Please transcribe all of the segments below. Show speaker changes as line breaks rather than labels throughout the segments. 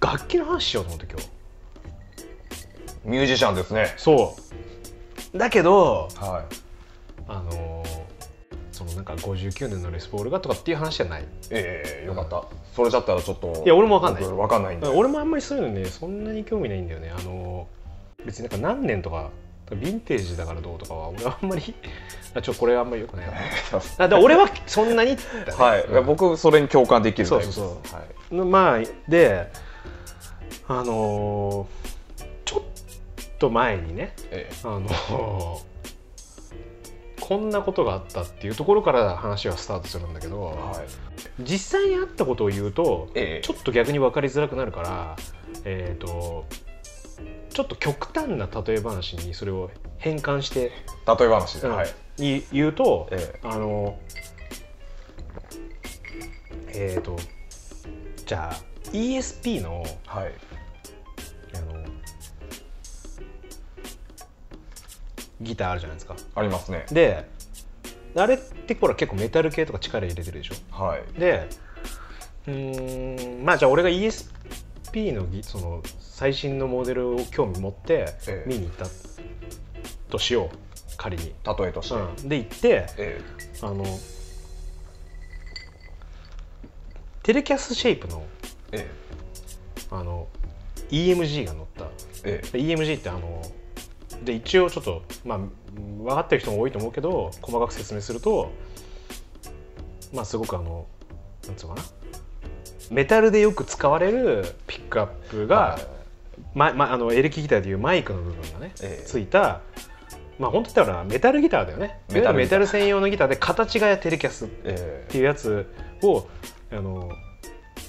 楽器の話しようと思って今日
ミュージシャンですね。
そうだけど
はい。
あのーそのなんか59年のレスポールがとかっていう話じゃない
ええよかった。それだったらちょっと。
いや俺もわかんない
僕わかんないんで。
俺もあんまりそういうのねそんなに興味ないんだよねあの別になんか何年とかヴィンテージだからどうとかは俺はあんまり あちょこれあんまりよくないなあで俺はそんなにだね、
はい。いや僕それに共感できるタイプです。
そうそう
はい。
のまあであのーちょっと前にね
え
あのーこんなことがあったっていうところから話はスタートするんだけど、
えはい。
実際にあったことを言うと
ええ
ちょっと逆に分かりづらくなるから、えー、とちょっと極端な例え話にそれを変換して、
例え話で。
うん
はい。
い言うと、
え
あのえっ、とじゃあ ESP の
はい。
あのギターあるじゃないですか。
ありますね。
であれってほら結構メタル系とか力入れてるでしょ
はい。
でうーんまあじゃあ俺が ESP のぎその最新のモデルを興味持って
ええ
見に行ったとしよう仮に、
例えとして。
うん、で行って
え
あのテレキャスシェイプの
ええ
あの EMG が乗った
えええ
で EMG ってあので一応ちょっと、まあ、分かってる人も多いと思うけど細かく説明するとまあすごくあのなんつうのかなメタルでよく使われるピックアップが、
はい
まま、あのエレキギターでいうマイクの部分がね、
ええ
ついたまあ本当だからメタルギターだよねメ
メ
タ
タ
ル
ルギタ
メタ
ー
ル専用のギターで形がテレキャスっ
え
ていうやつをあの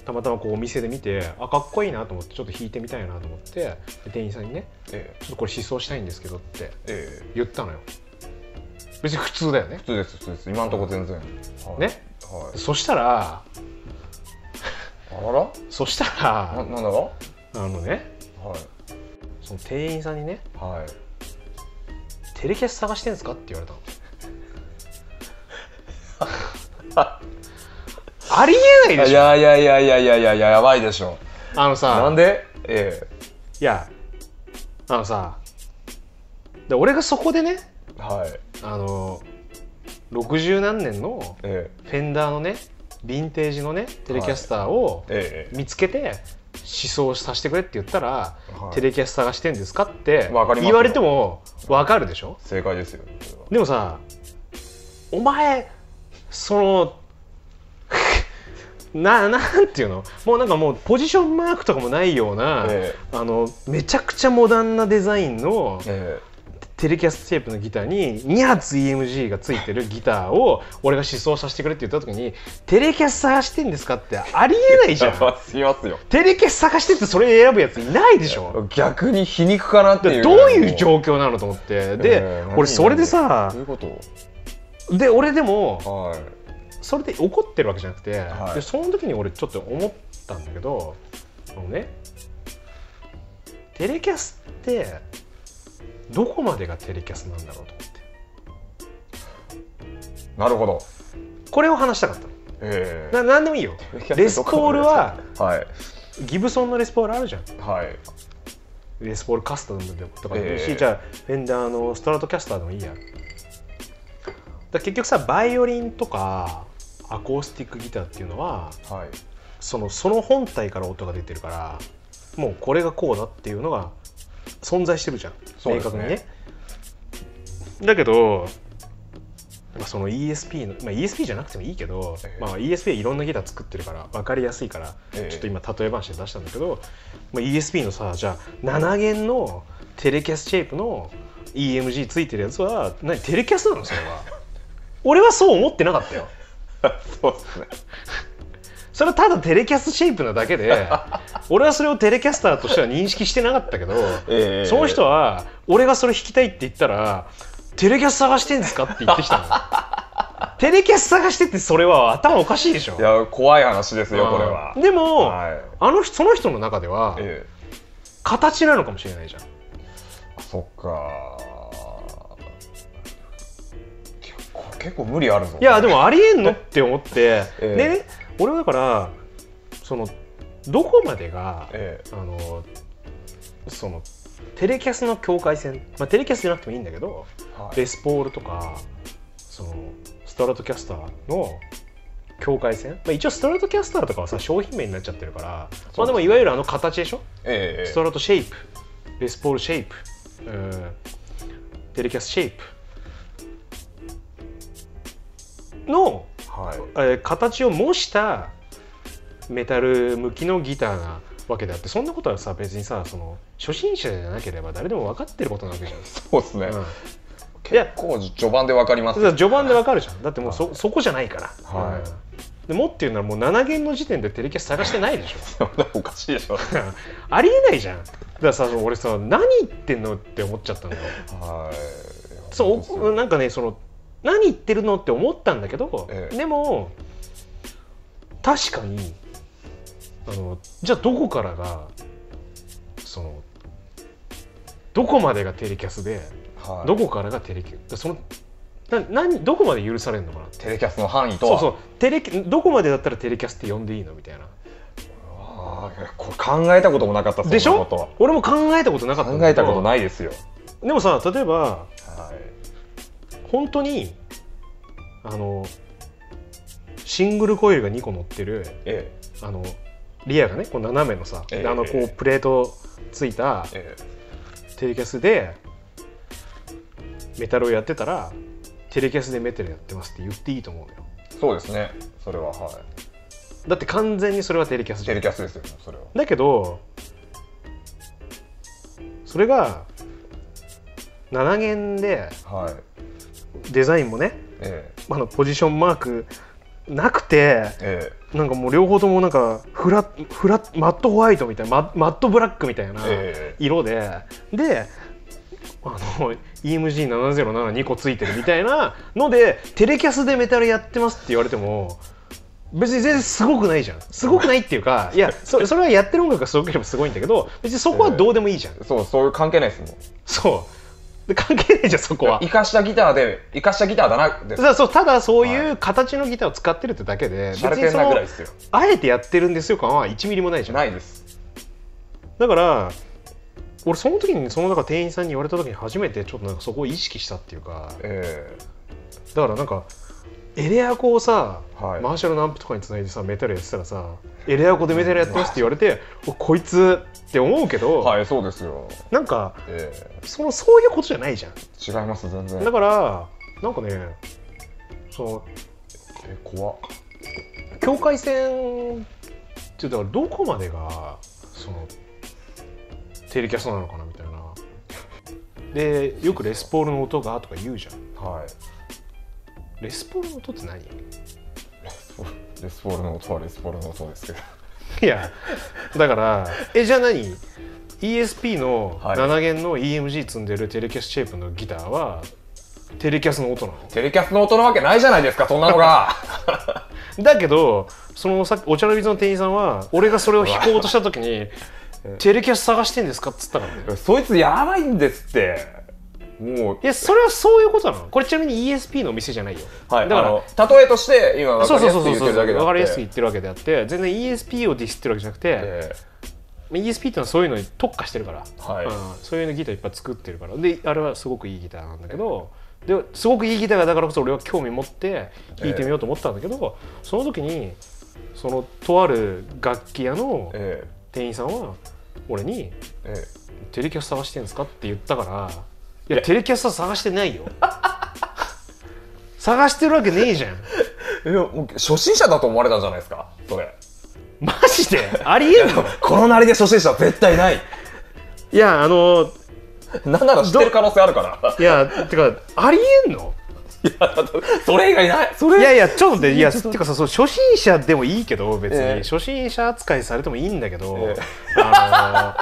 たまたまこうお店で見てあかっこいいなと思ってちょっと弾いてみたいなと思ってで店員さんにね
ええ
ちょっとこれ思想したいんですけどって
えええ
言ったのよ別に普通だよね
普通です普通です今のところ全然、はい
ね
はい
そしたら
あら
そした
らな
ら
なんだろ
あのね
うはい
その店員さんにね
はい
「テレキャス探してんすか?」って言わ れたのありえないで
い
しょ
やいやいやいやいやいやいややばいでしょ
あのさ
なんでえ
いやあのさで俺がそこでね
えはい
あの60何年の
え
フェンダーのねヴィンテージのねテレキャスターを、
ええ
見つけて思想させてくれって言ったら、
はい
テレキャス探してんですかって
わかりますよ
言われても分かるでしょ
え正解ですよそれは
でもさお前その ななんていうのもうなんかもうポジションマークとかもないような、
え
あのめちゃくちゃモダンなデザインの
え
テレキャステープのギターに2発 EMG がついてるギターを俺が試奏させてくれって言った時にテレキャス探してんですかってありえないじゃん
やばすぎますよ
テレキャス探してってそれ選ぶやついないでしょ
逆に皮肉かなっていう
どういう状況なのと思ってで、
ええ
俺それでさ
どういうこと
で俺でも
はい
それで怒ってるわけじゃなくて、
はい
でその時に俺ちょっと思ったんだけどあのねテレキャスってどこまでがテレキャスなんだろうと思って
なるほど
これを話したかったの
え
な何でもいいよ
え
レスポールは
はい
ギブソンのレスポールあるじゃん
はい
レスポールカスタムでもとかでもいいし、
ええ
じゃあフェンダーのストラトキャスターでもいいやだから結局さバイオリンとかアコースティックギターっていうのは
はい
そのその本体から音が出てるからもうこれがこうだっていうのが存在してるじゃん、
そう
明
です
確
ね
にねだけど、まあ、その ESP の、まあ、ESP じゃなくてもいいけど、
ええ
まあ、ESP はいろんなギター作ってるから分かりやすいから、
ええ
ちょっと今例え話で出したんだけど、まあ、ESP のさじゃあ7弦のテレキャスシェイプの EMG ついてるやつは何テレキャスなのそれ は俺はそう思ってなかったよ
そうですね
それはただテレキャスシェイプなだけ で俺はそれをテレキャスターとしては認識してなかったけど、
ええ
その人は俺がそれ弾きたいって言ったら「テレキャス探してんですか?」って言ってき たのテレキャス探してってそれは頭おかしいでしょ
いや怖い話ですよこれは
うんでも、
はい
あの人その人の中では
ええ
形なのかもしれないじゃん
そっかいやこれ結構無理あるぞ
いやでもありえんのって思って、
ええ
でね俺はだからそのどこまでが
え
あのそのテレキャスの境界線、まあ、テレキャスじゃなくてもいいんだけど
えはい
レスポールとかそのストラトキャスターの境界線、まあ、一応ストラトキャスターとかはさ商品名になっちゃってるから、まあ、でもいわゆるあの形でしょ
ええ
ストラトシェイプレスポールシェイプ、うんテレキャスシェイプの、
はい
えー形を模したメタル向きのギターなわけであってそんなことはさ別にさその初心者じゃなければ誰でも分かってることなわけじゃないです
そうですね、
か。うん
結構序盤でわかります
だから序盤でわかるじゃんだってもうそそこじゃないから、
はい
うんでもっていうならもう7弦の時点でテレキャス探してないでしょ
おかしいでしょ
ありえないじゃんだからさ俺さ何言ってんのって思っちゃったのよ
はい
そうなんかねその何言ってるのって思ったんだけど、
ええ
でも確かにあのじゃあどこからがそのどこまでがテレキャスで、
はい
どこからがテレキャスそのな何どこまで許されるのかなって
テレキャスの範囲と
そう
は
そうテレキどこまでだったらテレキャスって呼んでいいのみたいな
ああこれ考えたこともなかった
でし
そんなこと
ょ俺も考えたことなかったん
は考
だ
え
け
た
ど
ことないですよ
でもさ例えば
はい
本当にあのシングルコイルが2個乗ってる
え
あのリアがねこう斜めのさ、
ええ
であのこうプレートついた
えええ
テレキャスでメタルをやってたらテレキャスでメタルやってますって言っていいと思うのよ
そうですねそれははい
だって完全にそれはテレキャスじゃ
テ
ん
レキャスですよそれは
だけどそれが7弦で
はい
デザインもね
え
あのポジションマークなくて
ええ
なんかもう両方ともなんかフラフラマットホワイトみたいなママットブラックみたいな
えええ
色で、であの EMG7072 個ついてるみたいなのでテレキャスでメタルやってますって言われても別に全然すごくないじゃんすごくないっていう かいやそそれはやってる音楽がすごければすごいんだけど別にそこはどうでもいいじゃん、
そうそういう関係ないですもん
そうで関係ないじゃんそこは
生かしたギターで生かしたギターだな
だ
で
か
す
らそうただそういう形のギターを使ってるってだけで、
シャル
別
ペ
に
ン
そ
なぐらい
の
ですよ
あえてやってるんですよ感は1ミリもないじゃん
ないです
だから俺その時にその中店員さんに言われた時に初めてちょっとなんかそこを意識したっていうか
え
だからなんかエレアコをさ、
えはい
マーシャルのアンプとかにつないでさメタルやってたらさエレアコでメタルやってますって言われておこいつって思うけど、
はいそうですよ
なんか
え
そのそういうことじゃないじゃん
え違います全然
だからなんかねその
え怖っ
境界線ってだからどこまでがそのテレキャストなのかなみたいなでよくレスポールの音がとか言うじゃん
はい
レスポールの音って何い
レスポールの音はレスポールの音ですけど
やだから えじゃあ何 ESP の
はい
7弦の EMG 積んでるテレキャスシェイプのギターはテレキャスの音なの
テレキャスの音なわけないじゃないですかそんなのが
だけどそのさっきお茶の水の店員さんは俺がそれを弾こうとした時 に「テレキャス探してんですか?」っつったからね
そいつやばいんですってもう
いやそれはそういうことなのこれちなみに ESP のお店じゃないよ、
はい
だ
だ
か
からら例えとして今分
そ
か
う
り
そう
やす
そうそう
く言ってるだけであって
分かりやすく言ってるわけであって全然 ESP をディスってるわけじゃなくて、
え
まあ ESP ってのはそういうのに特化してるから、
えはい、
うんそういうのギターいっぱい作ってるからであれはすごくいいギターなんだけど、ですごくいいギターがだからこそ俺は興味持って弾いてみようと思ったんだけど、その時にそのとある楽器屋の
ええ
店員さんは俺に
ええ
「テレキャス探してんですか?」って言ったから「いやテレキャスは探して ないよ」探してるわけねえじゃん
えもう初心者だと思われたんじゃないですかそれ
マジでありえんの
このなりで初心者は絶対ない
いやあの
なんなら知ってる可能性あるから
いやてかありえんの
それ以外ないそ
い
れ
やいやちょっと待っていやてかさそう初心者でもいいけど別に、
ええ
初心者扱いされてもいいんだけど、
え
あ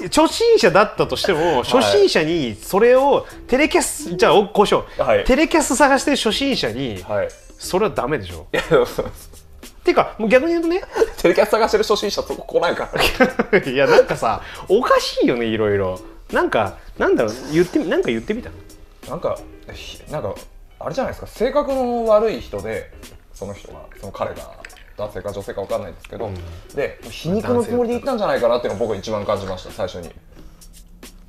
の初心者だったとしても初心者にそれをテレキャス、じゃあおこうしよう、
はい
テレキャス探してる初心者に
はいい
それはダメでしょ
やそうそう
ていうかもう逆に言うとね
テレキャス探してる初心者そこ来ないから
いやなんかさおかしいよねいろいろなんかなんだろう言ってみなんか言ってみた
なんかひなんかあれじゃないですか性格の悪い人でその人がその彼が男性か女性か分かんないですけど、
うん
で皮肉のつもりで言ったんじゃないかなっていうのを僕は一番感じました最初に。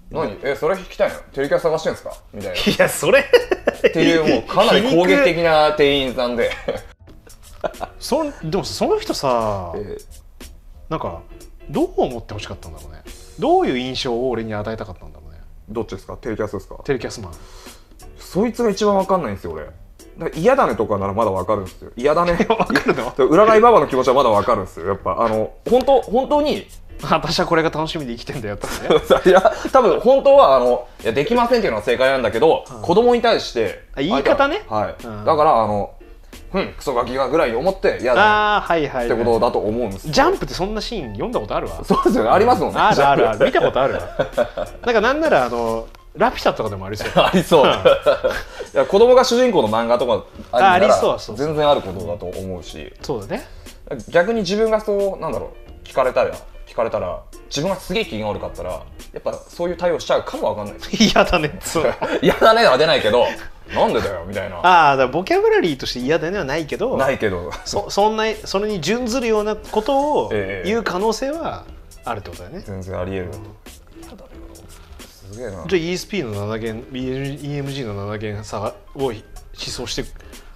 何えそれ聞きたいのテレキャス探してんですかみ たいな。
いやそれ
っていうもうかなり攻撃的な店員さんで、
そんでもその人さ
えー
なんかどう思ってほしかったんだろうねどういう印象を俺に与えたかったんだろうね
どっちですかテレキャスですか
テレキャスマン
そいつが一番わかんないんですよ俺だから嫌だねとかならまだわかるんですよ嫌 だね
わかるの
占いババの気持ちはまだわかるんですよやっぱあの本当本当に
私はこれが楽しみで生きてんだよって ね
いや多分本当はあのいやできませんっていうのは正解なんだけど、子供に対して
あ言い方ね
あはい、
うん
だからあのうんクソガキがぐらいに思って嫌だね
ああはいはい、
ってことだと思うんです
ジャンプってそんなシーン読んだことあるわ
そうですよねありますもんね
あるあるあ
ジャンプ
る見たことあるわなんかなんならあのラピュタとかでもありそう
ありそう
う ん
いや子供が主人公の漫画とか
ああ
る
り
なら
そうそうそう
全然あることだと思うし
そうだね
逆に自分がそうなんだろう聞かれたら聞かれたら自分がすげえ気が悪かったらやっぱそういう対応しちゃうかもわかんない です
嫌だねそう
嫌だねは出ないけどなんでだよみたいな
ああだからボキャブラリーとして嫌だねはないけど
ないけど
そそんなそれに準ずるようなことを
ええ
言う可能性はあるってことだよね、
全然ありえる嫌だねすげえな
じゃあ ESP の7弦 BM EMG の7弦差を思想して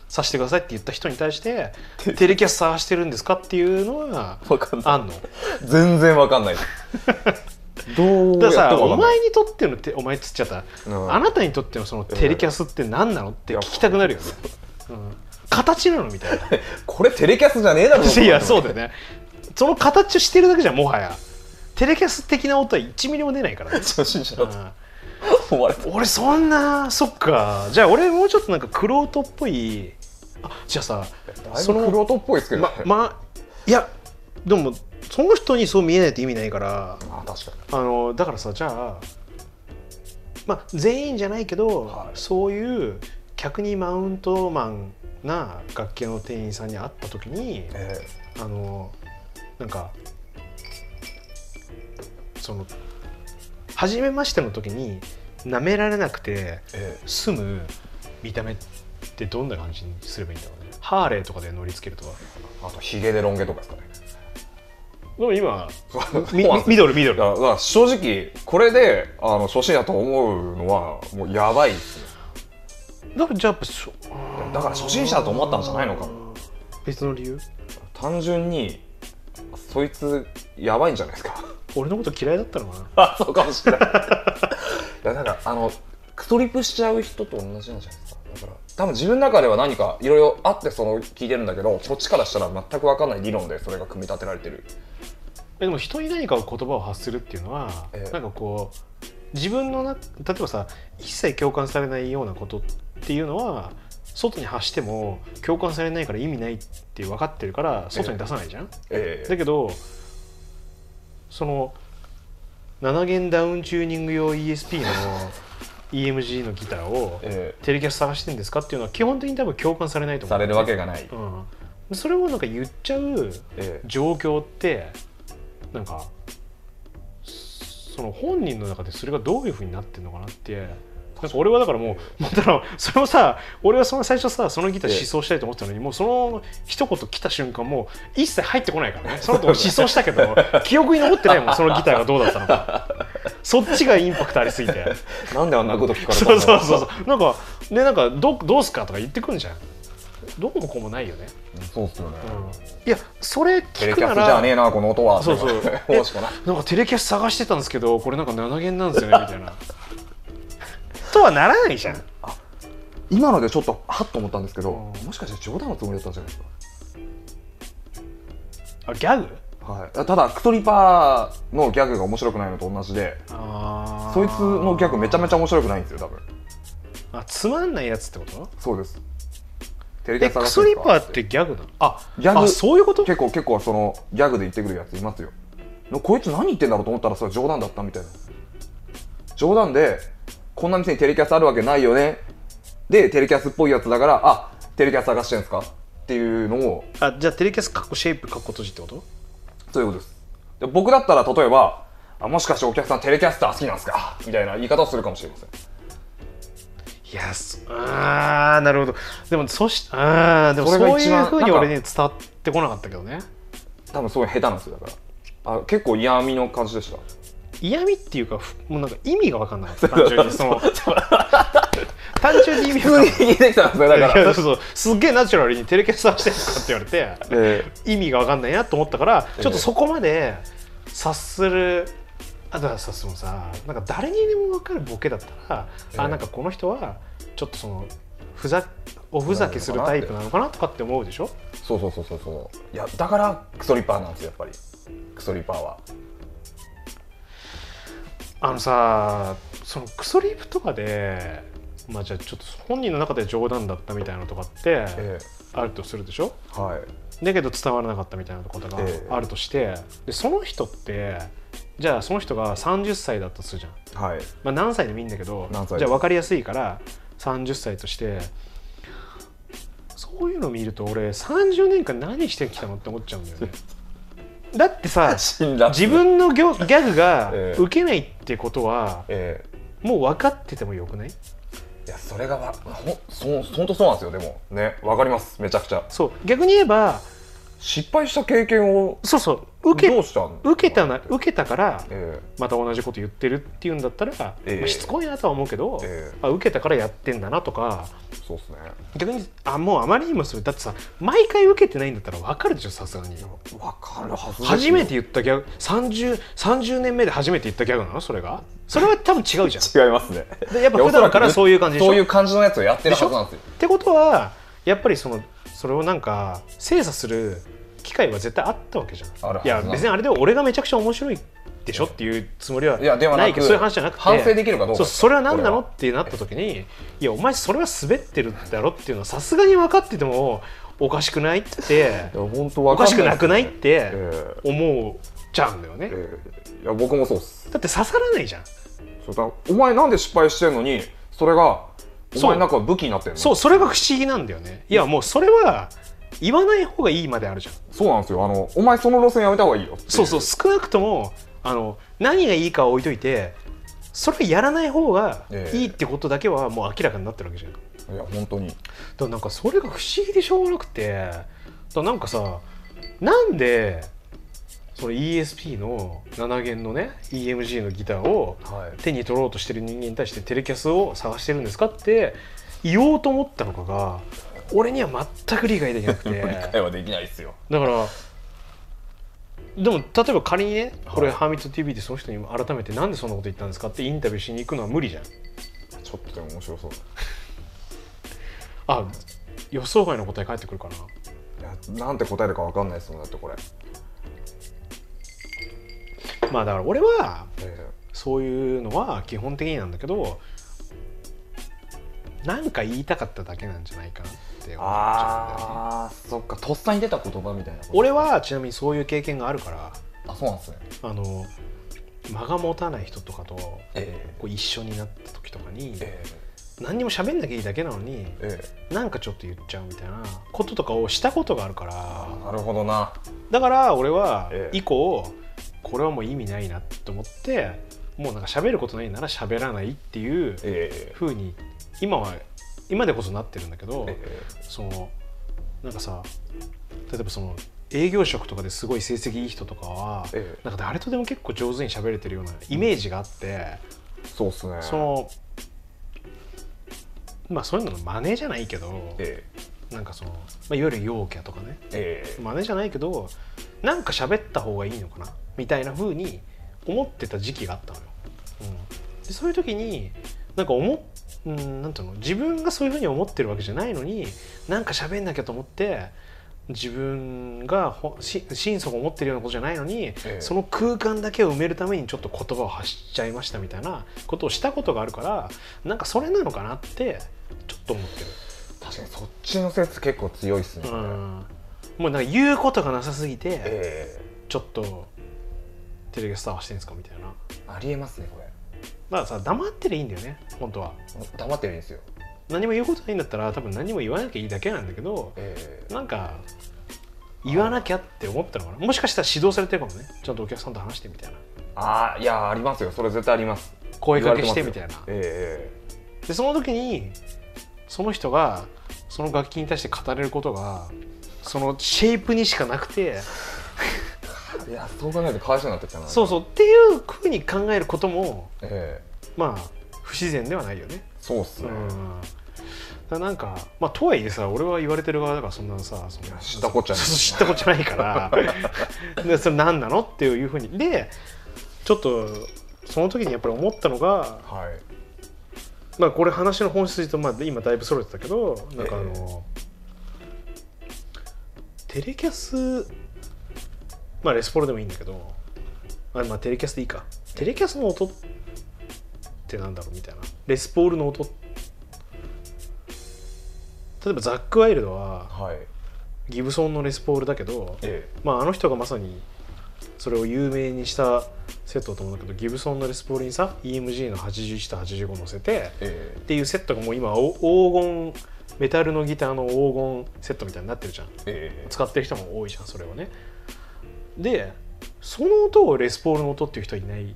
させてくださいって言った人に対 してテレキャス探してるんですかっていうのは
わかんない
あんの
全然わかんない どう
だから
やっ
さ
たかわか
お
んない
前にとってのてお前っつっちゃった、
うん
あなたにとってのそのテレキャスって何なのって聞きたくなるよね、うん形なのみたいな
これテレキャスじゃねえだろ
いやそうだよねその形をしてるだけじゃんもはやテレキャス的な音は1ミリも出ないからね、
初心者
う
だと
ん
思わ れた
俺そんなそっかじゃあ俺もうちょっとなんかクロートっぽいあじゃあさ
だい
そ
ぶクロ
の
ートっぽいですけどね
ままいやでもその人にそう見えないと意味ないから
あ確かに
あのだからさじゃあまあ全員じゃないけど、
はい
そういう客にマウントマンな楽器の店員さんに会った時に
え
あのなんかその初めましての時に舐められなくて
ええ
住む見た目ってどんな感じにすればいいんだろうねハーレーとかで乗りつけるとか
えあとヒゲでロン毛とかですかね
でも今み
そうなん
み
です
ミドルミド
だか
ル
らだから正直これであの初心だと思うのはもうやばいっすよ
だからじゃあやっぱそう
だから初心者だと思ったんじゃないのか
別の理由
単純にそいつやばいんじゃないですか
俺のこと嫌いだったのかな
あ そうかもしれないいやだからあのクトリップしちゃう人と同じなんじゃないですかだから多分自分の中では何かいろいろあってその聞いてるんだけどこっちからしたら全く分かんない理論でそれが組み立てられてる
えでも人に何かを言葉を発するっていうのは、
ええ
なんかこう自分のな例えばさ一切共感されないようなことっていうのは外に発しても共感されないから意味ないって分かってるから外に出さないじゃん、
え
だけどその7弦ダウンチューニング用 ESP の EMG のギターを
え
テレキャス探してんですかっていうのは基本的に多分共感されないと思う
されるわけがない、
うんで、それをなんか言っちゃう
ええ
状況ってなんかその本人の中でそれがどういうふうになってるのかなってなんか俺はだからもうもうだからそれをさ俺はその最初さそのギター
ええ
思想したいと思ってたのにもうその一言来た瞬間もう一切入ってこないからねその後思想したけ ど記憶に残ってないもんそのギターがどうだったのかそっちがインパクトありすぎて
なんであんなこと聞かれたんだ
そ
ろ
うそうそうそうなんかねなんかどうどうすかとか言ってくんじゃんどうもこうもないよね、
そうっすよね、
うんいやそれ
テ
聞
レ
く
キャ
な
スじゃ
ら
ねえなこの音は
そうそう
とか思うしかない
なんかテレキャス探してたんですけどこれなんか7弦なん ですよねみたいなとはならないじゃん
今のでちょっとはっと思ったんですけど、
うん
もしかして冗談のつもりだったんじゃないです
あギャグ
か、はい、ただクトリパーのギャグが面白くないのと同じで
あ
そいつのギャグめちゃめちゃ
ゃ
面白くないんですよ多分
あつまんないやつってこと
そうですテレキ
え
ャス探
ク
して
ソ
るん
リッ
ですか
パーってギャグなのあ
ギャグ
あそういうこと
結構結構そのギャグで言ってくるやついますよのこいつ何言ってんだろうと思ったらそれ冗談だったみたいな冗談でこんな店にテレキャスあるわけないよねでテレキャスっぽいやつだからあテレキャス探してんすかっていうのを
あじゃあテレキャスかっこシェイプかっこ閉じってこと
そういうことです。で僕だったら例えばあ、もしかしてお客さんテレキャスター好きなんですかみたいな言い方をするかもしれません。
いやそあーなるほどでもそしあーでも
それが
そう
一
いう
番
ふうに
なんか
俺に伝わっってこなかったけどね
多分すごい下手なんですよだからあ結構嫌味の感じでした
嫌味っていうかふもうなんか意味が分かんなかった単純 にその単純に意味が分かんなかっ
普通に出てきたんですよだ
た
か
いや
ら
そうそうすっげえナチュラルに「テレキャスターしてるか?」って言われて
え
意味が分かんないなと思ったから
ええ
ちょっとそこまで察するあだから察するもさなんか誰にでも分かるボケだったら、
ええ
あなんかこの人はちょっとそのふざおふざけするタイプなのかなとかって思うでしょ
ーそうそうそうそうそういやだからクソリッパーなんですよやっぱりクソリッパーは
あのさそのクソリープとかでまあじゃあちょっと本人の中で冗談だったみたいなのとかって
え
あるとするでしょ
えはい
だけど伝わらなかったみたいなことが
ええ
あるとして、でその人ってじゃあその人が30歳だったとするじゃん、
はい
まあ、何歳でもいいんだけど
何歳
じゃあ分かりやすいから30歳としてそういうの見ると俺30年間何してきたのって思っちゃうん だよねだってさ
死んだ
自分のギ ョギャグが
ええ
受けないってことは
ええ
もう分かっててもよくない
いやそれがわほんそ本当そうなんですよでもねわかりますめちゃくちゃ
そう逆に言えば
失敗した経験を
そうそう受
ど
け
うしたん
受けたな受けたから
え
また同じこと言ってるっていうんだったら、
ええ
まあしつこいなとは思うけど、
ええ
あ受けたからやってんだなとか
えそうですね
逆にあもうあまりにもそれだってさ毎回受けてないんだったら分かるでしょさすがに
わかるはずですよ
初めて言ったギャグ 30, 30年目で初めて言ったギャグなのそれがそれは多分違うじゃん
違いますね
でやっぱ普段からそういう感じでしょ
そういう感じのやつをやってるはずなんですよ
ってことはやっぱりそのそれをなんか精査する機会は絶対あったわけじゃ
ある
ん
はいずな
や
の
別にあれで俺がめちゃくちゃ面白いでしょっていうつもりはい
やではなく
ないけどそういう話じゃなくて
反省できるかどうか
そうそれは何なの
こ
ってなった時にいやお前それは滑ってるだろっていうのはさすがに分かっててもおかしくないって
いや本当
お
わ
かし
ん
くなくないっ
ですね
て
え
思うちゃうんだよね
えええいや僕もそうっす
だって刺さらないじゃん
そうだお前なんで失敗してんのにそれがお
そう
前なんか武器になってんの
そうそれが不思議なんだよねいやもうそれは言わない方がいいまであるじゃん
そうなんですよあのお前その路線やめた方がいいよってい
そうそう少なくともあの何がいいかは置いといてそれやらない方が
ええ
いいってことだけはもう明らかになってるわけじゃん、だ
いや本当に
からなんかそれが不思議でしょうがなくてだからなんかさなんでその ESP の7弦のね EMG のギターを
はい
手に取ろうとしてる人間に対してテレキャスを探してるんですかって言おうと思ったのかが俺には全く理解できなくて
理解はできないですよ
だからでも例えば仮にね
はい
これ、ハーミット TV でその人に改めてなんでそんなこと言ったんですかってインタビューしに行くのは無理じゃん
ちょっとでも面白そう
あ予想外の答え返ってくるかない
やなんて答えるかわかんないですもんだってこれ、
まあだから俺は
え
そういうのは基本的になんだけどなんか言いたかっただけなんじゃないかなって思っちゃうんだよね
あーそっかとっさに出た言葉みたいなこと
俺はちなみにそういう経験があるから
あそうなんですね
あの間が持たない人とかと
え
こう一緒になった時とかに
え
何にも喋んなきゃいいだけなのに
ええ
なんかちょっと言っちゃうみたいなこととかをしたことがあるか
あ
ら
なるほどな
だから俺は
ええ
以降これはもう意味ないなと思ってもうなんか喋ることないなら喋らないっていう
え
風に今は今でこそなってるんだけど
ええ
そのなんかさ例えばその営業職とかですごい成績いい人とかは
え
なんか誰とでも結構上手に喋れてるようなイメージがあって
えそうっすね
そのまあそういうのの真似じゃないけど
え
なんかその、まあ、いわゆる陽キャとかね
えええ
真似じゃないけどなんか喋った方がいいのかなみたいな風に思ってた時期があったのよ、うん、でそういう時になんか思っうんなんていうの自分がそういう風に思ってるわけじゃないのになんか喋んなきゃと思って自分がほし心底思ってるようなことじゃないのに、
え
その空間だけを埋めるためにちょっと言葉を発しちゃいましたみたいなことをしたことがあるからなんかそれなのかなってちょっと思ってる。
確かにそっちの説結構強いっすね、
うんもうなんか言うことがなさすぎて、
え
ちょっとテレビスターはしてんすかみたいなだ
えありえますねこれ
からさ黙ってりゃいいんだよね本当は
黙ってるんですよ
何も言うことないんだったら多分何も言わなきゃいいだけなんだけど
ええ
なんか言わなきゃって思ったのかなもしかしたら指導されてるかもねちゃんとお客さんと話してみたいな
ああいやありますよそれ絶対あります
声かけしてみたいな
え
でその時にその人がその楽器に対して語れることがそのシェイプにしかなくて
いやそう考えるとかわいそうになってきたな
そう
う
そうっていうふうに考えることも
え
まあ不自然ではないよね
えそうっす
う
ね、
んだからなんかまあとはいえさ俺は言われてる側だからそんなさその
知ったこっちゃない
そう知ったこっちゃないから でそれ何なのっていうふうにでちょっとその時にやっぱり思ったのが
はい
まあこれ話の本質とまあ今だいぶ揃えてたけどなんかあの、テレキャスまあレスポールでもいいんだけどあまあテレキャスでいいかテレキャスの音ってなんだろうみたいなレスポールの音例えばザック・ワイルドは
はい
ギブソンのレスポールだけど
え
まああの人がまさにそれを有名にしたセットだと思うんだけどギブソンのレスポールにさ EMG の81と85乗せて
ええ
っていうセットがもう今お黄金メタルのギターの黄金セットみたいになってるじゃん
ええ
使ってる人も多いじゃんそれをねでその音をレスポールの音っていう人はいない
え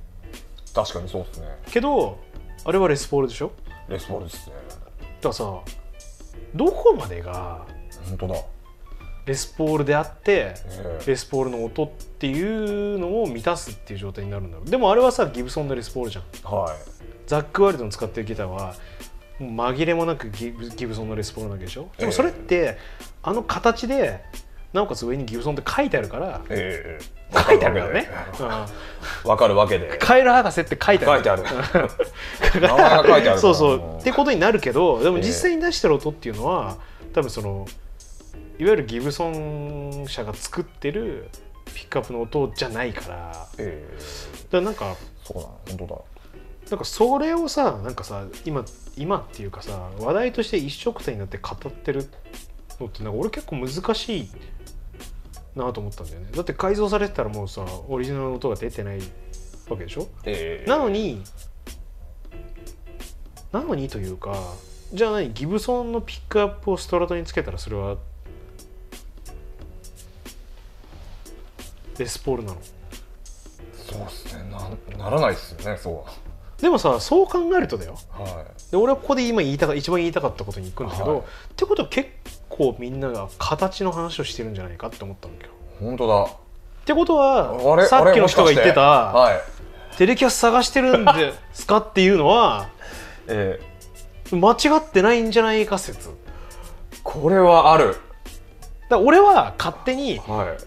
確かにそうっすね
けどあれはレスポールでしょ
レスポールですね
だからさどこまでが
本当だ
レスポールであって
ええ
レスポールの音っていうのを満たすっていう状態になるんだろうでもあれはさギブソンのレスポールじゃん
は
ザック・ワイルドの使ってるギターはもう紛れもなくギブギブソンのレスポールなわけでしょでもそれって、あの形でなおかつ上にギブソンって書いてあるから
いええ
書いてあるからね、
わかるわけで
うんカエル博士って書いてある
書いてある
名
前が書いてあるから
そうそ
うん
うってことになるけどでも
ええ
実際に出してる音っていうのは多分そのいわゆるギブソン社が作ってるピックアップの音じゃないからだか
ええ
らなんか
そうだ本当だ
なんかそれをさなんかさ今今っていうかさ話題として一色たになって語ってるのってなんか俺結構難しいなと思ったんだよねだって改造されてたらもうさオリジナルの音が出てないわけでしょ
ええ
なのになのにというかじゃあ何ギブソンのピックアップをストラトにつけたらそれはレスポールなの
そうっすねなならないっすよねそう
でもさそう考えるとだよ
ははい
で俺はここで今言いたか一番言いたかったことに行くんだけど、
はい
ってことは結構みんなが形の話をしてるんじゃないかって思ったんだけど。
本当だ
ってこと
あれ
はさっ
あ
き
れ
の
もし
人
か
が
して
言ってた、
はい
テレキャス探してるんですかっていうのは
え
間違ってないんじゃないか説だか
えこれはある
ら俺は勝手に
はい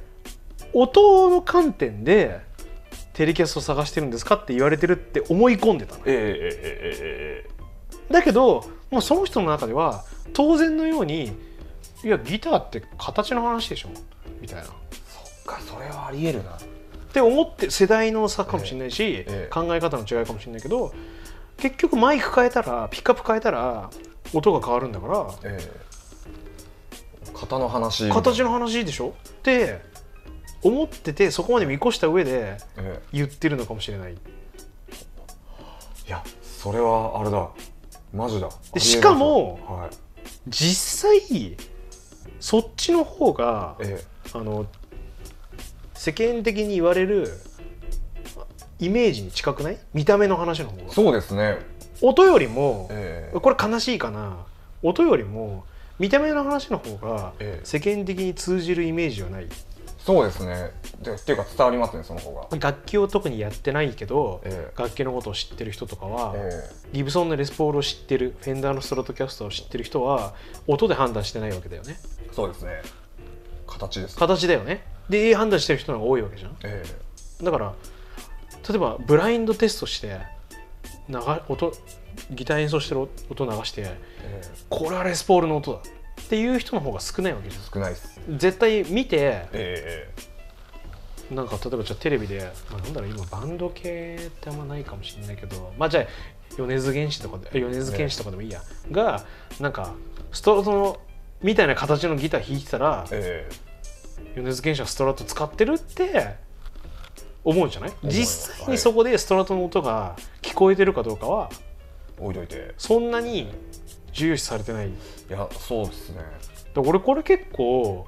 音の観点でテレキャスを探してるんですかって言われてるって思い込んでたの
ええええええええ
だけどもうその人の中では当然のようにいやギターって形の話でしょみたいな
そっかそれはありえるな
って思って世代の差かもしれないし、
ええ
考え方の違いかもしれないけど結局マイク変えたらピックアップ変えたら音が変わるんだか
ええ型の話
ら形の話でしょって思っててそこまで見越した上で
え
言ってるのかもしれない
えいやそれはあれだマジだありえる
しかも
はい
実際そっちの方が
え
あの世間的に言われるイメージに近くない見た目の話の方
え
が
そうですね
音よりも
ええ
これ悲しいかな音よりも見た目の話の方が
ええ
世間的に通じるイメージはない
そうですねでっていうか伝わりますねその方が
楽器を特にやってないけど
え
楽器のことを知ってる人とかは
ええ
ギブソンのレスポールを知ってるフェンダーのストラトキャスターを知ってる人は音で判断してないわけだよね
えそうですね形です
形だよねで判断してる人の方が多いわけじゃん
え
だから例えばブラインドテストして流音ギター演奏してる音流して
えええ
これはレスポールの音だっていう人の方が少ないわけじゃん
少ないです
絶対見て
え
なんか例えばじゃあテレビで、まあ、なんだろう今バンド系ってあんまないかもしれないけどまあじゃあ米津玄師とかでえ米津玄師とかでもいいや、がなんかストラトのみたいな形のギター弾いてたら
えええ
米津玄師はストラト使ってるって思うじゃない
ます
実際
は
に
い
そこでストラトの音が聞こえてるかどうかは
置いといて
そんなに重要視されてない
いやそうですね
だから俺これ結構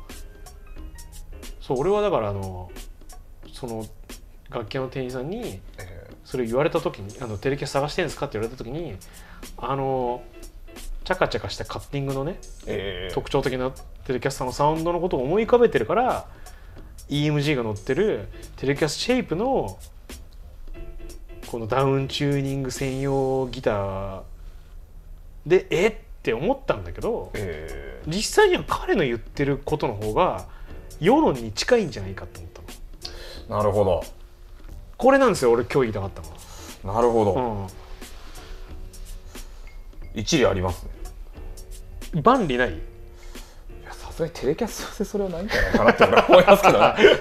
そう俺はだからあのその楽器屋の店員さんに
え
それ言われた時にあの「テレキャス探してるんですか?」って言われた時にあのチャカチャカしたカッティングのね
ええ
特徴的なテレキャスターのサウンドのことを思い浮かべてるから EMG が乗ってるテレキャスシェイプのこのダウンチューニング専用ギターでえって思ったんだけど
え
実際には彼の言ってることの方が世論に近いんじゃないかと思ったの
えなるほど
これなんですよ俺今日言いたかった
なるほど、
の
一理ありますね
うん万里ない
いやさすがにテレキャスでそれはないんじゃないかなって俺は思いますけど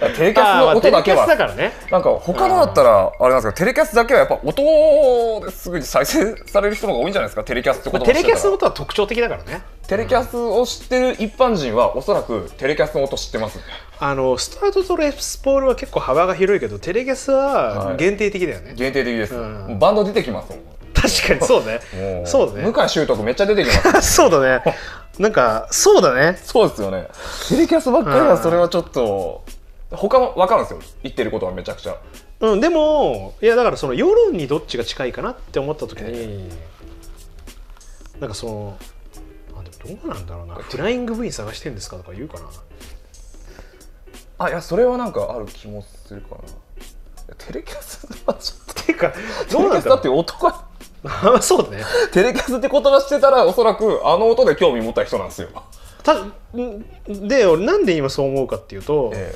ねテレキャス
あーま
の
あ
音だ
テレキ
けは
ャスだからね
なんか他のだったらあれなんですけどテレキャスだけはやっぱ音ですぐに再生される人の方が多いんじゃないですかテレキャスって
ま
こ
あ
と
テレキャスの音は特徴的だからね
テレキャスを知ってる一般人はおそらくテレキャスの音知ってますね
あのストラトとレスポールは結構幅が広いけどテレキャス
は
はい限定的だよね、
限定的です、
うん
もうバンド出てきますもん
確かにそうね
も
そうね
向井修徳めっちゃ出てきま す
そうだねなんかそうだね
そうですよねテレキャスばっかりはそれはちょっと他も分かるんですよ言ってることはめちゃくちゃ
うんでもいやだからその世論にどっちが近いかなって思った時になんかそのあでもどうなんだ ろうなフライング部員探してんですかとか言うかな
あいやそれはなんかある気もするかないやテレキャスはちょっと
ていう か
テ
ど
レ
う
キ
な
ャ
ん
ス
だろ
だ
う
って男 は
そうだね
テレキャスって言葉してたらおそらくあの音で興味持った人なんですよ、
たんで俺なんで今そう思うかっていうと、
え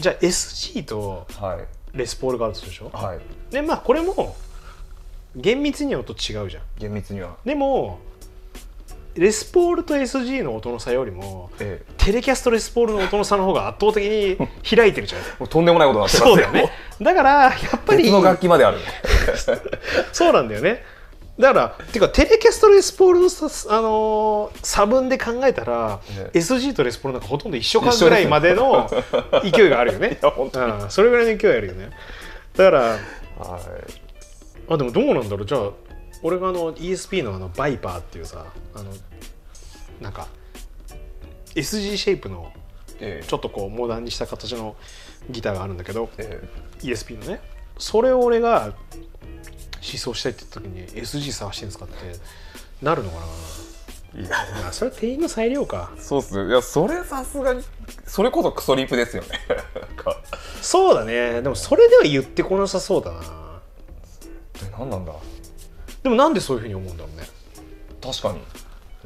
じゃあ SG と
えはい
レスポールがあるとするでしょ
はい
でまあこれも厳密には音違うじゃん
厳密には
でもレスポールと SG の音の差よりも
ええ
テレキャストレスポールの音の差の方が圧倒的 に開いてるじゃん
もうとんでもないことになってますよ
そうだよねだからやっぱり
別の楽器まである
そうなんだよねだからていうかテレキャストレスポールのさ、あのー差分で考えたら、
ね
SG とレスポールなんかほとんど一緒かぐらいまでの勢いがあるよ ね
や本
うん、それぐらいの勢いあるよねだから
はい
あでもどうなんだろうじゃあ俺があの ESP のあのバイパーっていうさあのなんか SG シェイプの
ええ
ちょっとこうモダンにした形のギターがあるんだけど
ええ
ESP のねそれを俺が思想したいって時に SG 探してんですかってなるのか
いや
なまあそれは店員の裁量か
そうっすねいやそれさすがにそれこそクソリープですよねなんか
そうだねでもそれでは言ってこなさそうだな
え何なんだ
でもなんでそういうふうに思うんだろうね
確かに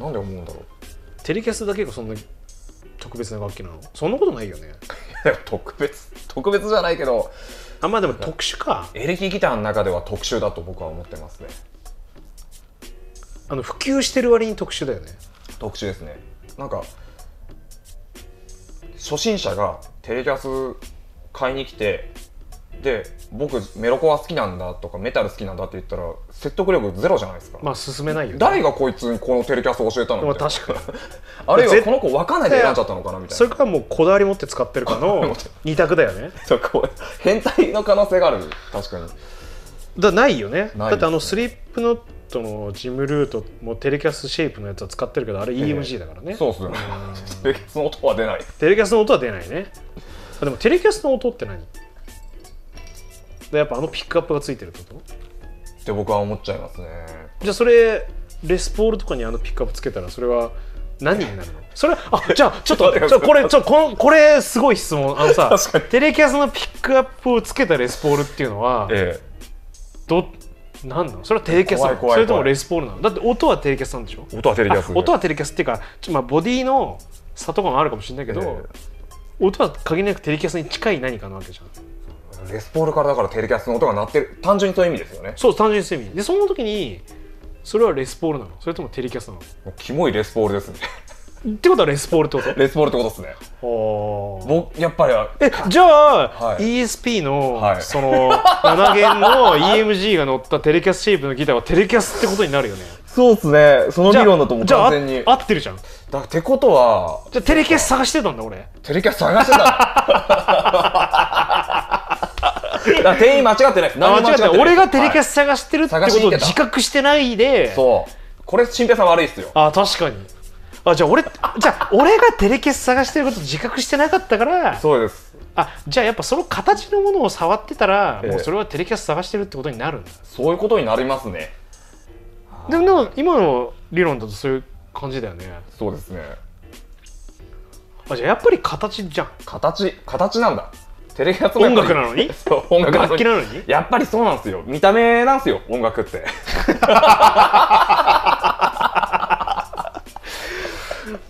なんで思うんだろう
テレキャスだけがそんな特別な楽器なのそんなことないよね
いや特別特別じゃないけど
あまあでも特殊か
エレキギターの中では特殊だと僕は思ってますね
あの普及してる割に特殊だよね
特殊ですねなんか初心者がテレキャス買いに来てで僕メロコア好きなんだとかメタル好きなんだって言ったら説得力ゼロじゃないですか、
まあ進めないよね
誰がこいつにこのテレキャスを教えたの
まあ
みたいな
確かに
あるいは
絶
この子分かんないで選んじゃったのかなみたい
そ
な
れからもうこだわり持って使ってるかの二択だよね
そうこう変態の可能性がある確かに
だないよね
ないですね
だってあのスリップノットのジムルートもテレキャスシェイプのやつは使ってるけどあれ EMG だからね、
そうっすよね
うん
テレキャスの音は出ない
テレキャスの音は出ないねあでもテレキャスの音って何でやっぱあのピックアップがついてるってこと
って僕は思っちゃいますね
じゃあそれレスポールとかにあのピックアップつけたらそれは何になるのそれはあじゃあちょ っと待ってちょこれちょこのこれすごい質問あのさ
確かに
テレキャスのピックアップをつけたレスポールっていうのは
え
どなんなのそれはテレキャスなの
怖い怖い怖い
それともレスポールなのだって音はテレキャスなんでしょ
え音はテレキャス
あ音はテレキャスっていうかちょ、まあ、ボディの差とかもあるかもしれないけど、音は限りなくテレキャスに近い何かなわけじゃん
レスポールからだからテレキャスの音が鳴ってる単純にそういう意味ですよね
そう単純にそういう意味でその時にそれはレスポールなのそれともテレキャスなの
もうキモいレスポールですね
ってことはレスポールってこと
レスポールってことですね
おー
僕やっぱりあ
えじゃあ、
はい
ESP の、
はい
その7弦の EMG が乗ったテレキャスシェイプのギターはテレキャスってことになるよね
そうですねその
じゃあじゃあ
完全に
あ合ってるじゃんじ
だってことは
ゃあテレキャス探してたんだ俺
テレキャス探してた だから店員間違ってないです
あ
何も
間違った俺がテレキャ
ス、
ス探してるってこ
探し
と
に
を
行ってた
自覚してないで、
はいそうこれ新平さん悪いっすよ
あ確かにあじゃあ俺あじゃあ俺がテレキャス探してることを自覚してなかったから
そうです
あじゃあやっぱその形のものを触ってたら、
ええ
もうそれはテレキャス探してるってことになるんだ
そういうことになりますね
でもでも今の理論だとそういう感じだよね
そうですね
あじゃあやっぱり形じゃん
形形なんだテレキャスもや
音
っぱり
楽なのに
そう音楽
楽器なのに
やっぱりそうなんですよ見た目なんですよ音楽って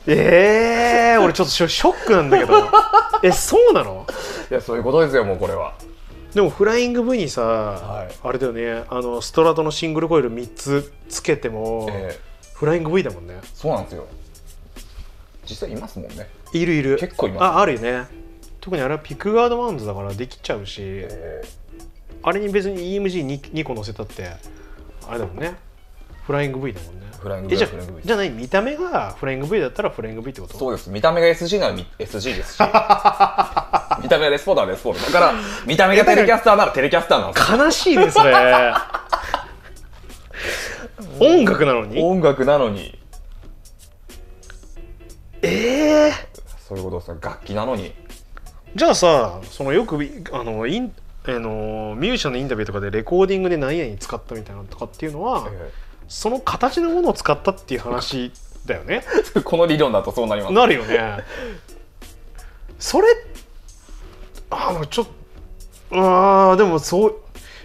え えー、俺ちょっとショショックなんだけど えそうなの
いやそういうことですよもうこれは
でもフライング V にさ、
い
あれだよねあのストラトのシングルコイル3つつけても、
え
フライング V だもんね
ーそうなんですよ実際いますもんね
いるいる
結構います
ああるよね特にあれはピックガードマウンドだからできちゃうし、
え
あれに別に EMG2 個乗せたってあれだもんねフライング V だもんね
フライング V
えじゃあ
フライング V
じゃあ何見た目がフライング V だったらフライング V ってこと
そうです見た目が SG ならみ SG ですし 見た目がレスポーダーはレスポーダーだから見た目がテレキャスターならテレキャスターなんですよ
悲しいねそれ 音楽なのに
音楽なのに
ええ
そういうことですね楽器なのに
じゃあさそのよくあのインあのミュージシャンのインタビューとかでレコーディングで何々に使ったみたいなのとかっていうのは、その形のものを使ったっていう話だよね
この理論だとそうなります
なるよねそれあなんかちょっとあーでもそう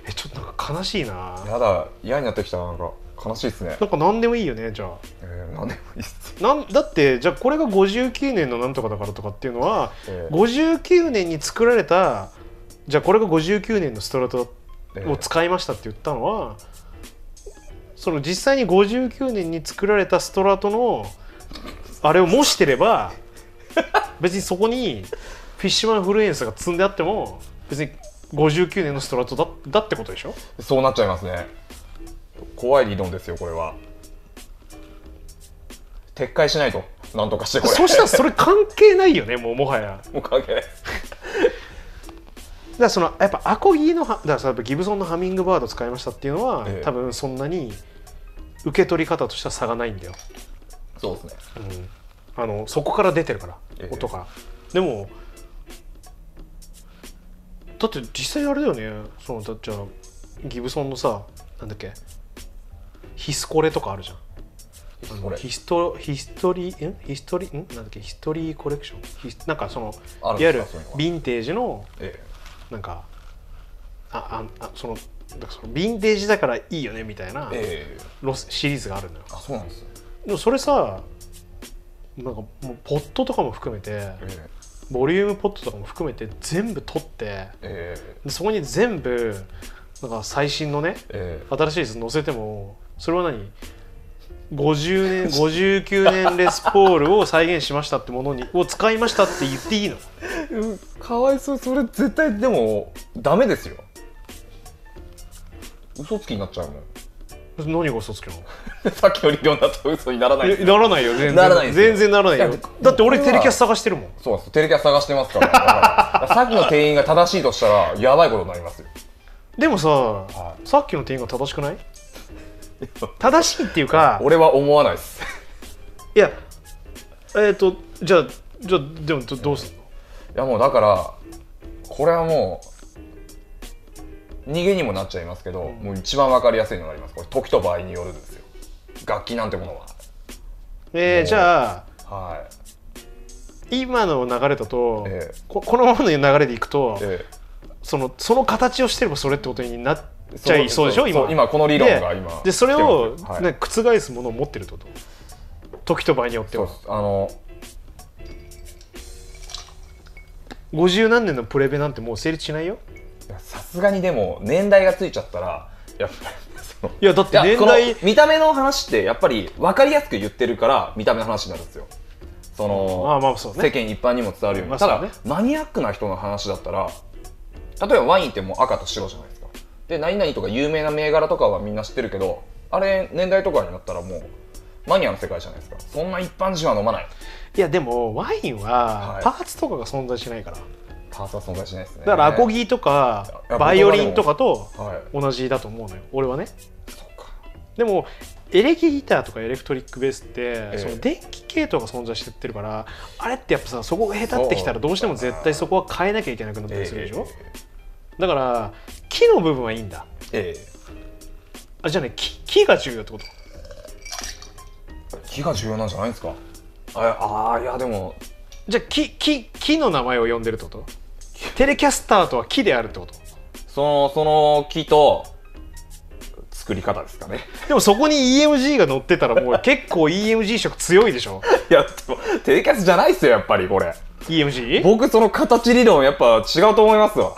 えちょっとなんか悲しいな
やだ嫌になってきたなんか悲しいですね、
なんか何でもいいよねじゃあ
えー、なんでもいいっす、
なんだってじゃあこれが59年のなんとかだからとかっていうのは
えー
59年に作られたじゃあこれが59年のストラト
えー
を使いましたって言ったのはその実際に59年に作られたストラトのあれを模してれば別にそこにフィッシュマンフルエンスが積んであっても別に59年のストラトだだってことでしょ
そうなっちゃいますね怖い理論ですよこれは撤回しないとなんとかしてこれ
そしたらそれ関係ないよねもうもはや。
もう関係ないです
だからそのやっぱアコギのはだからさやっぱギブソンのハミングバード使いましたっていうのは、
ええ
多分そんなに受け取り方としては差がないんだよ、
そうですね
あのそこから出てるから、
ええ
音がでもだって実際あれだよねそのだじゃあギブソンのさなんだっけヒスコレとかあるじゃんあの
これ
ヒストヒストリーんヒストリーんなんだっけヒストリーコレクションヒスなんかそのい
あ
わ
るんです
ゆる
かそういうのは
ヴィンテージの
え
なんかあああそのだからそのヴィンテージだからいいよねみたいな
えええ
ロスシリーズがあるのよ
あそうなんですよ
でもそれさなんかもうポットとかも含めて
ええ
ボリュームポットとかも含めて全部取って
え
でそこに全部なんか最新のね
ええ
新しいやつ載せてもそれは何50年59年レスポールを再現しましたってものにを使いましたって言っていいの
えかわいそうそれ絶対でもダメですよ嘘つきになっちゃうもん
何が嘘つけなの
さっきの理論だと嘘にならない
えならないよ全然
ならないですよ
全然ならない
い
よ
や
だって俺
こ
テ
れは
レキャス探してるもん
そうなんですテレキャス探してますからだ からさっきの店員が正しいとしたらやばいことになりますよ
でもさ、
い
さっきの店員が正しくない正しいっていうか
俺は思わないです
いやえっ、とじゃあじゃあでもどどうすんの
いやもうだからこれはもう逃げにもなっちゃいますけど、もう一番わかりやすいのがありますこれ時と場合によるんですよ楽器なんてものは
えー、じゃあ
はい
今の流れだと、
ええ
ここのままの流れでいくと、
え
そのその形をしてればそれってことになっ
え
ちゃいそうでしょ
そ
今
そう今この理論が今
ででそれを
来、てますよはい
ね覆すものを持ってるってこと時と場合によって
そう
は
ですあの
50何年のプレベなんてもう成立しないよ
いやさすがにでも年代がついちゃったらやっぱりその
いやだって年
いや
代
この見た目の話ってやっぱり分かりやすく言ってるから見た目の話になるんですよその
まあまあそうね
世間一般にも伝わるように、
まあ
た
そう
だ、
ね
マニアックな人の話だったら例えばワインってもう赤と白じゃないですかで何々とか有名な銘柄とかはみんな知ってるけどあれ年代とかになったらもうマニアの世界じゃないですかそんな一般人は飲まない
いやでもワインは
はい
パーツとかが存在しないから、
パーツは存在しないですね
だからアコギとか
いや
バイオリンとかと
はい
同じだと思うのよ俺はね
そうか
でもエレキギターとかエレクトリックベースって、
え
その電気系統が存在してってるからあれってやっぱさそこが下手ってきたらどうしても絶対そこは変えなきゃいけなくなったりするでしょ、だから木の部分はいいんだ
ええええ
あじゃあね木木が重要ってこと
木が重要なんじゃないんですかああーいやでも
じゃあ木木木の名前を呼んでるってことテレキャスターとは木であるってこと
そのその木と作り方ですかね
でもそこに EMG が乗ってたらもう結構 EMG 色強いでしょ
いやでもテレキャスじゃないっすよやっぱりこれ
EMG?
僕その形理論やっぱ違うと思いますわ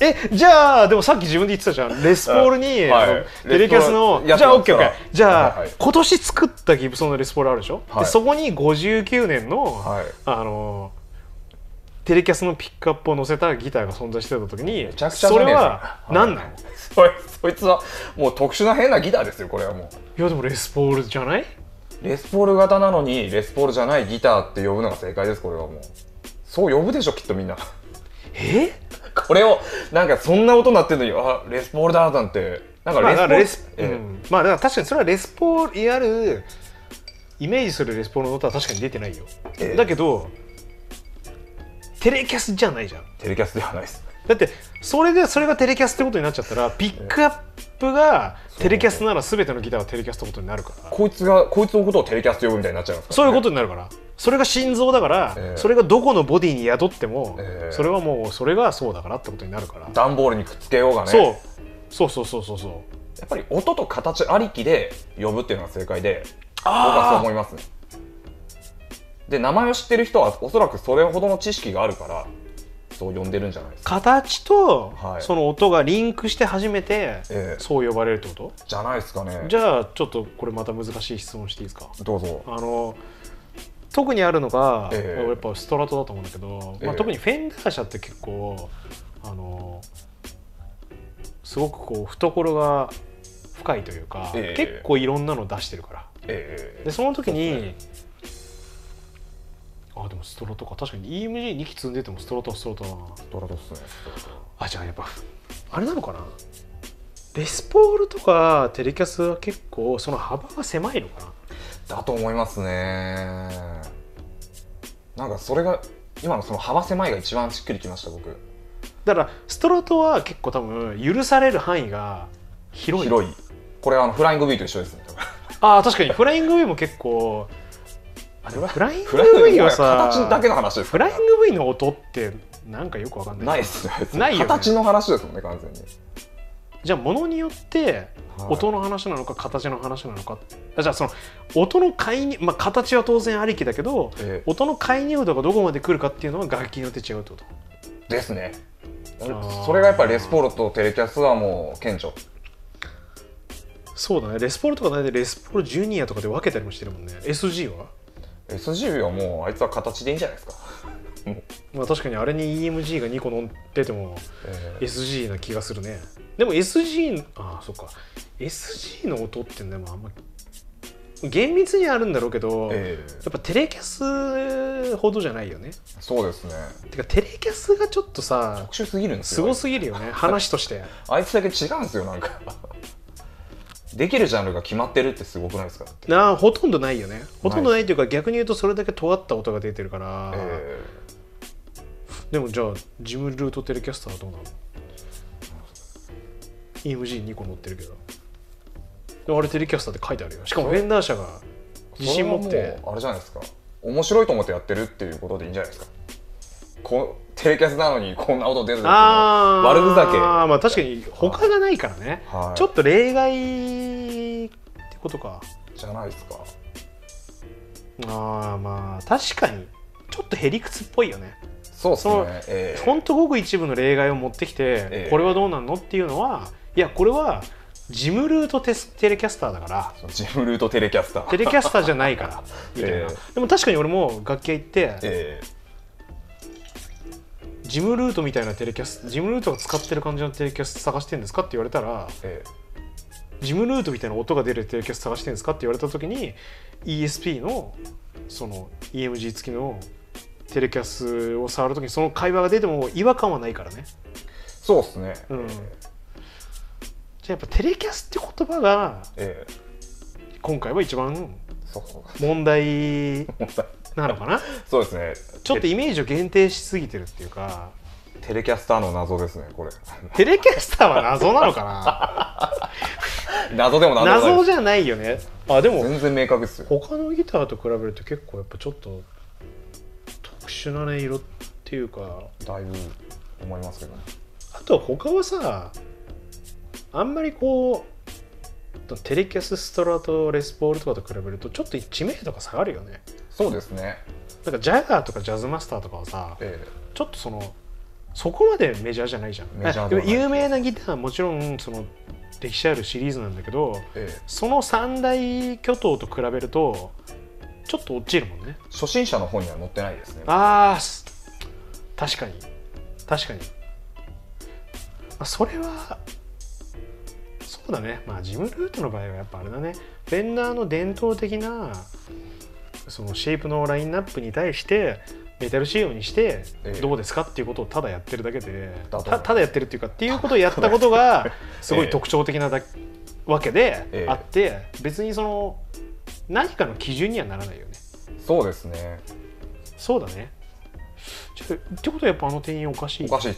えじゃあでもさっき自分で言ってたじゃんレスポールに、
はい
あのテレキャスのじ
レス
ゃあ
ポール
OKOK じゃあ、
はいはい
今年作ったギブソンのレスポールあるでしょ、
はい
でそこに59年の、
はい
あのテレキャスのピックアップを載せたギターが存在してた時に
ちゃくちゃじ
そ
ゃねえ
れ
か
は何なの、い、
そいそいつはもう特殊な変なギターですよこれはも
やでもレスポールじゃないう
レスポール型なのにレスポールじゃないギターって呼ぶのが正解ですこれはもうそう呼ぶでしょきっとみんな
え
これをなんかそんな音になってるのにあレスポールだなんてなんか
まあだから
レスポール、
レス、
ええ
うんまあだから確かにそれはレスポールいわゆるイメージするレスポールの音は確かに出てないよ、
ええ
だけどテレキャスじゃないじゃん
テレキャスではないです
だってそれでそれがテレキャスってことになっちゃったらピックアップがテレキャスなら全てのギターはテレキャスってことになるから
こいつがこいつのことをテレキャスと呼ぶみたいになっちゃいますか
そう
ら
い
ね、
うことになるからそれが心臓だから、
ええ
それがどこのボディに宿っても、
ええ
それはもうそれがそうだからってことになるから、
段ボールにくっつけようがね
そうそうそうそうそうそう
やっぱり音と形ありきで呼ぶっていうのが正解で僕はそう思いますねで名前を知ってる人はおそらくそれほどの知識があるからそう呼んでるんじゃないですか
形と
はい
その音がリンクして初めて
ええ
そう呼ばれるってこと、
じゃないですかね
じゃあちょっとこれまた難しい質問していいですか
どうぞ
あの特にあるのが、
ええ
やっぱストラトだと思うんだけど、ま
え
あ、
え
特にフェンダー社って結構あのすごくこう懐が深いというか、
ええ
結構いろんなの出してるから
ええ
でその時にあでもストラトか確かに EMG2 機積んでてもストラトはストラトだな
ストラトっすねストラ
あじゃあやっぱあれなのかなレスポールとかテレキャスは結構その幅が狭いのかな
トだと思いますねなんかそれが今のその幅狭いが一番しっくりきました僕
だからストロートは結構多分許される範囲が広い
広いこれはあのフライング V と一緒ですねだから
ああ確かにフライング V も結構あでもフ
フ
ライン
フライング
グ V
V
は
は
さ
形だけの話です
フ
から
ライング V の音ってなんかよくわかんない
ないっすね
ないよね
形の話ですもんね完全に、
じゃあ物によって音の話なのか形の話なのかあじゃあその音の介入、まあ、形は当然ありきだけど
え
音の介入度がどこまで来るかっていうのは楽器によって違うってこと
ーですね
ー
それがやっぱりレスポールとテレキャスはもう顕著
そうだねレスポールとか大体レスポールジュニアとかで分けたりもしてるもんね SG は
SGB はもうあいつは形でいいんじゃないですか、
まあ確かにあれに EMG が2個飲んでても
え
SG な気がするねでも SG ああそっか SG の音ってねまああんま厳密にはあるんだろうけど、
え
やっぱテレキャスほどじゃないよね
そうですね
てかテレキャスがちょっとさ
特殊すぎるんです
す
よ
ごすぎるよね話として
あいつだけ違うんですよなんか できるジャンルが決まってるってすごくないですかって
なあほとんどないよねほとんどないというか逆に言うとそれだけ尖った音が出てるから、
え
でもじゃあジムルートテレキャスターはどうなの ?EMG2 個載ってるけどでもあれテレキャスターって書いてあるよしかもフェンダー社が
ー
自信持っ
それは
て
もうあれじゃないですか面白いと思ってやってるっていうことでいいんじゃないですかこうテレキャスなのにこんな音出てるっていうの
あー
悪ふざけ
あーまあ確かに他がないからね、
はい
ちょっと例外ってことか
じゃないですか
ああまあ確かにちょっとへりくつっぽいよね
そうです
その
ねええ
ほんとごく一部の例外を持ってきて、
ええ
これはどうなんのっていうのはいやこれはジムルートテステレキャスターだから
そのジムルートテレキャスター
テレキャスターじゃないからみたいな、
え
でも確かに俺も楽器屋行って、
ええ
ジムルートみたいなテレキャスジムルートが使ってる感じのテレキャス探してんですかって言われたら
え
ジムルートみたいな音が出るテレキャス探してんですかって言われた時に ESP のその EMG 付きのテレキャスを触る時にその会話が出ても違和感はないからね、
えそうですね、
うん、じゃあやっぱテレキャスって言葉が
ええ
今回は一番
そう
問題なのかな
そうですね
ちょっとイメージを限定しすぎてるっていうか
テレキャスターの謎ですねこれ
テレキャスターは謎なのかな
謎でもなんでもない
謎じゃないよねあでも
全然明確ですよ
他のギターと比べると結構やっぱちょっと特殊な音色っていうか
だいぶ思いますけどね
あとは他はさあんまりこうテレキャスストラトレスポールとかと比べるとちょっと知名度が下がるよね
そうですね
なんかジャガーとかジャズマスターとかはさ
え
ちょっとそのそこまでメジャーじゃないじゃん
メジャーで
で
は
も
ない
有名なギターはもちろんその歴史あるシリーズなんだけど
えええ
その三大巨頭と比べるとちょっと落ちるもんね
初心者の方には載ってないですね
ああす確かに確かに、まあ、それはそうだねまあジムルートの場合はやっぱあれだねフェンダーの伝統的なそのシェイプのラインナップに対してメタル仕様にして
ええ
どうですかっていうことをただやってるだけで
だと思いま
た
す
ただやってるっていうかっていうことをやったことが すごい特徴的なだ、わけ
え
で
え
あって別にその何かの基準にはならないよね。
そうですね
そうだね。ちょっとってことはやっぱあの店員おかしい。
おかしい